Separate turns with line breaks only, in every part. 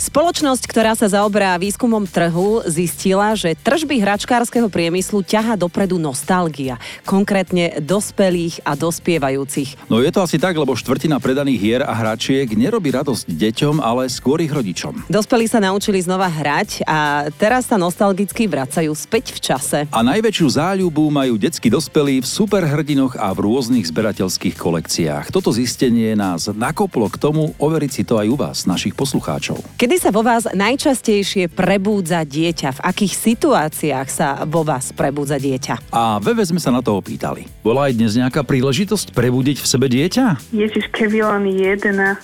Spoločnosť, ktorá sa zaoberá výskumom trhu, zistila, že tržby hračkárskeho priemyslu ťaha dopredu nostalgia, konkrétne dospelých a dospievajúcich.
No je to asi tak, lebo štvrtina predaných hier a hračiek nerobí radosť deťom, ale skôr ich rodičom.
Dospelí sa naučili znova hrať a teraz sa nostalgicky vracajú späť v čase.
A najväčšiu záľubu majú detskí dospelí v superhrdinoch a v rôznych zberateľských kolekciách. Toto zistenie nás nakoplo k tomu overiť si to aj u vás, našich poslucháčov.
Kedy sa vo vás najčastejšie prebúdza dieťa? V akých situáciách sa vo vás prebúdza dieťa?
A veve sme sa na to opýtali. Bola aj dnes nejaká príležitosť prebudiť v sebe dieťa?
Ježiš, keby len jedna.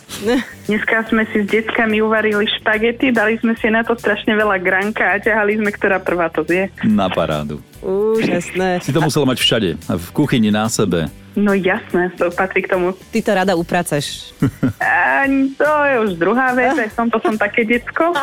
Dneska sme si s deckami uvarili špagety, dali sme si na to strašne veľa granka a ťahali sme, ktorá prvá to zje.
Na parádu.
Úžasné.
Si to musel mať všade, v kuchyni, na sebe.
No jasné, to patrí k tomu.
Ty to rada upraceš.
A to je už druhá vec, aj som to som také decko.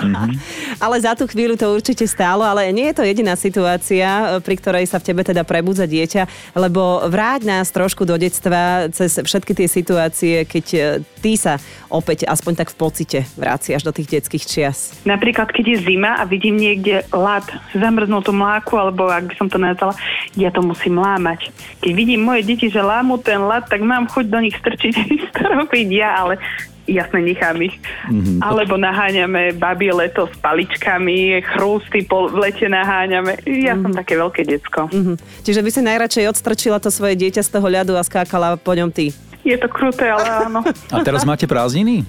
Ale za tú chvíľu to určite stálo, ale nie je to jediná situácia, e, pri ktorej sa v tebe teda prebudza dieťa, lebo vráť nás trošku do detstva cez všetky tie situácie, keď e, ty sa opäť aspoň tak v pocite vraciaš do tých detských čias.
Napríklad, keď je zima a vidím niekde lad, zamrznutú mláku, alebo ak by som to nazvala, ja to musím lámať. Keď vidím moje deti, že lámu ten lad, tak mám chuť do nich strčiť, to robiť ja, ale jasne nechám ich. Mm-hmm. Alebo naháňame babie leto s paličkami, chrústy po v lete naháňame. Ja mm-hmm. som také veľké decko.
Mhm. Čiže by si najradšej odstrčila to svoje dieťa z toho ľadu a skákala po ňom ty.
Je to kruté, ale áno.
A teraz máte prázdniny?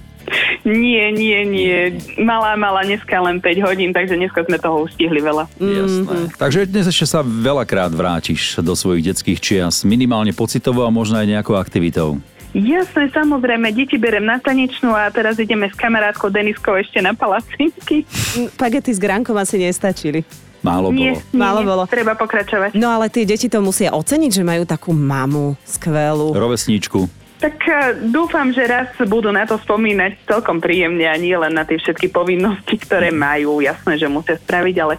Nie, nie, nie. Malá, malá, dneska len 5 hodín, takže dneska sme toho ustihli veľa.
Jasné. Takže dnes ešte sa veľakrát vrátiš do svojich detských čias, minimálne pocitovo a možno aj nejakou aktivitou.
Jasné, samozrejme, deti berem na tanečnú a teraz ideme s kamarátkou Deniskou ešte na palacinky.
Mm, Pagety s gránkom asi nestačili.
Málo
Nie,
bolo.
nie,
Málo
nie,
bolo.
Treba pokračovať.
No ale tie deti to musia oceniť, že majú takú mamu skvelú.
Rovesníčku.
Tak eh, dúfam, že raz budú na to spomínať celkom príjemne a nie len na tie všetky povinnosti, ktoré majú. Jasné, že musia spraviť, ale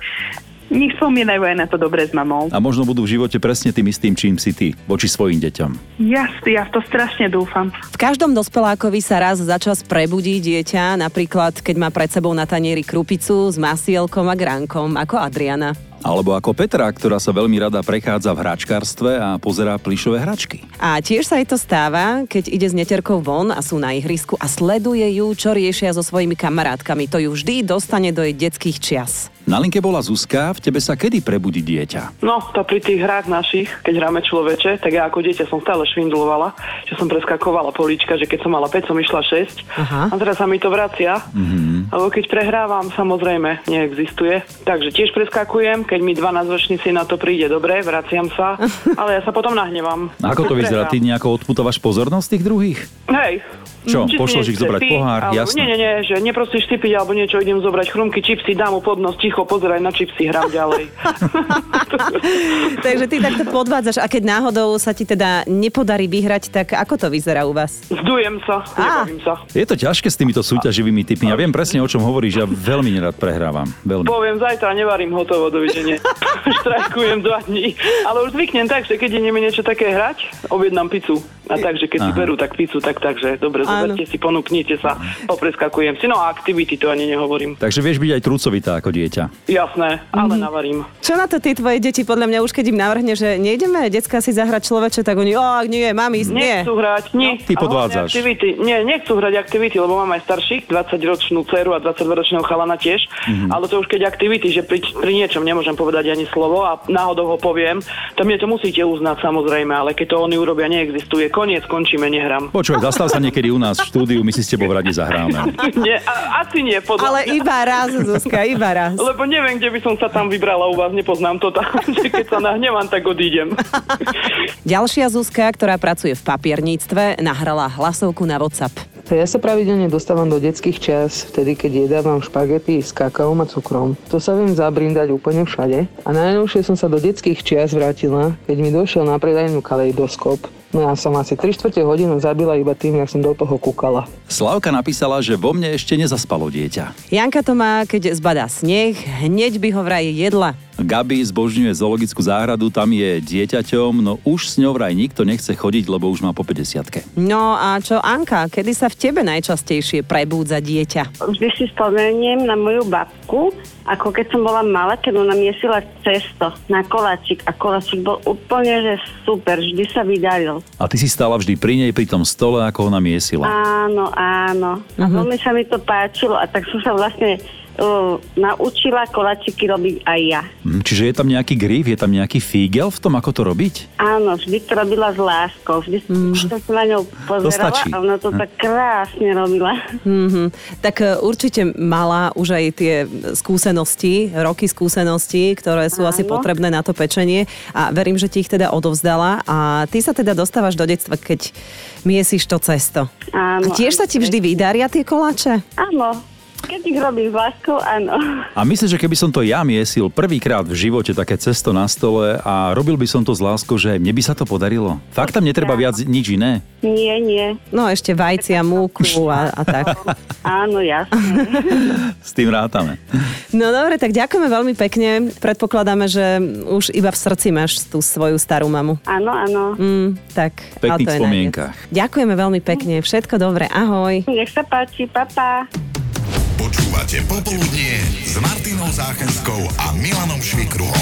nech spomínajú aj na to dobre s mamou.
A možno budú v živote presne tým istým, čím si ty, voči svojim deťom.
Ja, ja v to strašne dúfam.
V každom dospelákovi sa raz za čas prebudí dieťa, napríklad keď má pred sebou na tanieri krupicu s masielkom a gránkom, ako Adriana.
Alebo ako Petra, ktorá sa veľmi rada prechádza v hračkárstve a pozerá plišové hračky.
A tiež sa jej to stáva, keď ide s neterkou von a sú na ihrisku a sleduje ju, čo riešia so svojimi kamarátkami. To ju vždy dostane do jej detských čias.
Na linke bola Zuzka, v tebe sa kedy prebudí dieťa?
No, to pri tých hrách našich, keď hráme človeče, tak ja ako dieťa som stále švindlovala, že som preskakovala políčka, že keď som mala 5, som išla 6.
Aha.
A teraz sa mi to vracia,
Mhm.
mm-hmm. lebo keď prehrávam, samozrejme, neexistuje. Takže tiež preskakujem, keď mi 12 ročný si na to príde, dobre, vraciam sa, ale ja sa potom nahnevám.
A ako to
Keď
vyzerá? Ty
prehrám.
nejako odputovaš pozornosť tých druhých?
Hej.
Čo,
Či si
pošleš ich
nechce
zobrať
ty,
pohár,
alebo,
jasné.
Nie, nie, nie, že neprosíš typiť alebo niečo, idem zobrať chrumky, čipsy, dám mu pod nos, ticho, pozeraj na čipsy, hrám ďalej.
Takže ty takto podvádzaš a keď náhodou sa ti teda nepodarí vyhrať, tak ako to vyzerá u vás?
Zdujem sa, nebavím sa.
Je to ťažké s týmito súťaživými typmi. Ja viem presne, o čom hovoríš. Ja veľmi nerad prehrávam. Veľmi.
Poviem, zajtra nevarím hotovo, dovidenie. Štrajkujem dva dní. Ale už zvyknem tak, že keď ideme niečo také hrať, objednám pizzu. A takže keď si
Aha.
berú tak pizzu, tak takže dobre,
Áno.
zoberte si, ponúknite sa, popreskakujem si. No a aktivity to ani nehovorím.
Takže vieš byť aj trúcovitá ako dieťa.
Jasné, ale navarím.
Čo na to tie tvoje deti, podľa mňa už keď im navrhne, že nejdeme decka si zahrať človeče, tak oni, o, nie, mám ísť, nie. No,
Nechcú hrať, nie.
Ty
A hlavne
podvádzaš.
Aktivity. Nie, nechcú hrať aktivity, lebo mám aj starších, 20-ročnú dceru a 22-ročného chalana tiež.
Mhm.
Ale to už keď aktivity, že pri, pri niečom nemôžem povedať ani slovo a náhodou ho poviem, to mne to musíte uznať samozrejme, ale keď to oni urobia, neexistuje. Koniec, končíme, nehrám.
Počúvaj, zastav sa niekedy u nás v štúdiu, my si s tebou v rade zahráme.
nie, a, asi nie, podľa
Ale
mňa.
iba raz, Zuzka, iba raz.
Lebo neviem, kde by som sa tam vybrala u vás, nepoznám to tam, že keď sa nahnevám, tak odídem.
Ďalšia Zuzka, ktorá pracuje v papierníctve, nahrala hlasovku na WhatsApp.
Ja sa pravidelne dostávam do detských čias, vtedy keď jedávam špagety s kakaom a cukrom. To sa viem zabrindať úplne všade. A najnovšie som sa do detských čias vrátila, keď mi došiel na predajnú kalejdoskop. No ja som asi 3 čtvrte hodinu zabila iba tým, jak som do toho kúkala.
Slavka napísala, že vo mne ešte nezaspalo dieťa.
Janka to má, keď zbadá sneh, hneď by ho vraj jedla.
Gabi zbožňuje zoologickú záhradu, tam je dieťaťom, no už s ňou vraj nikto nechce chodiť, lebo už má po 50
No a čo, Anka, kedy sa v tebe najčastejšie prebúdza dieťa?
Vždy si spomeniem na moju babku, ako keď som bola malá, keď ona miesila cesto na koláčik a koláčik bol úplne, že super, vždy sa vydaril.
A ty si stála vždy pri nej, pri tom stole, ako ona miesila.
Áno, áno. A veľmi sa mi to páčilo a tak som sa vlastne uh, naučila koláčiky robiť aj ja.
Hm, Čiže je tam nejaký grif, je tam nejaký fígel v tom, ako to robiť?
Áno, vždy to robila s láskou, vždy mm. som sa na ňou pozerala
stačí.
a ona to tak krásne robila.
Mhm. Tak e, určite mala už aj tie skúsenosti, roky skúseností, ktoré sú asi
Áno.
potrebné na to pečenie a verím, že ti ich teda odovzdala a ty sa teda dostávaš do detstva, keď miesíš to cesto.
Áno,
a tiež sa ti
áno.
vždy vydaria tie koláče?
Áno, keď ich robím s láskou, áno.
A myslím, že keby som to ja miesil prvýkrát v živote také cesto na stole a robil by som to s láskou, že mne by sa to podarilo. Fakt tam netreba viac nič iné.
Nie, nie.
No ešte vajcia, múku a, a tak.
Áno, jasne.
S tým rátame.
No dobre, tak ďakujeme veľmi pekne. Predpokladáme, že už iba v srdci máš tú svoju starú mamu.
Áno, áno.
Mm, tak, ale
pekných
to je
spomienkach.
najviac. Ďakujeme veľmi pekne, všetko dobre, ahoj.
Nech sa páči, papa.
Počúvate Popoludnie s Martinou Záchenskou a Milanom Švikruhom.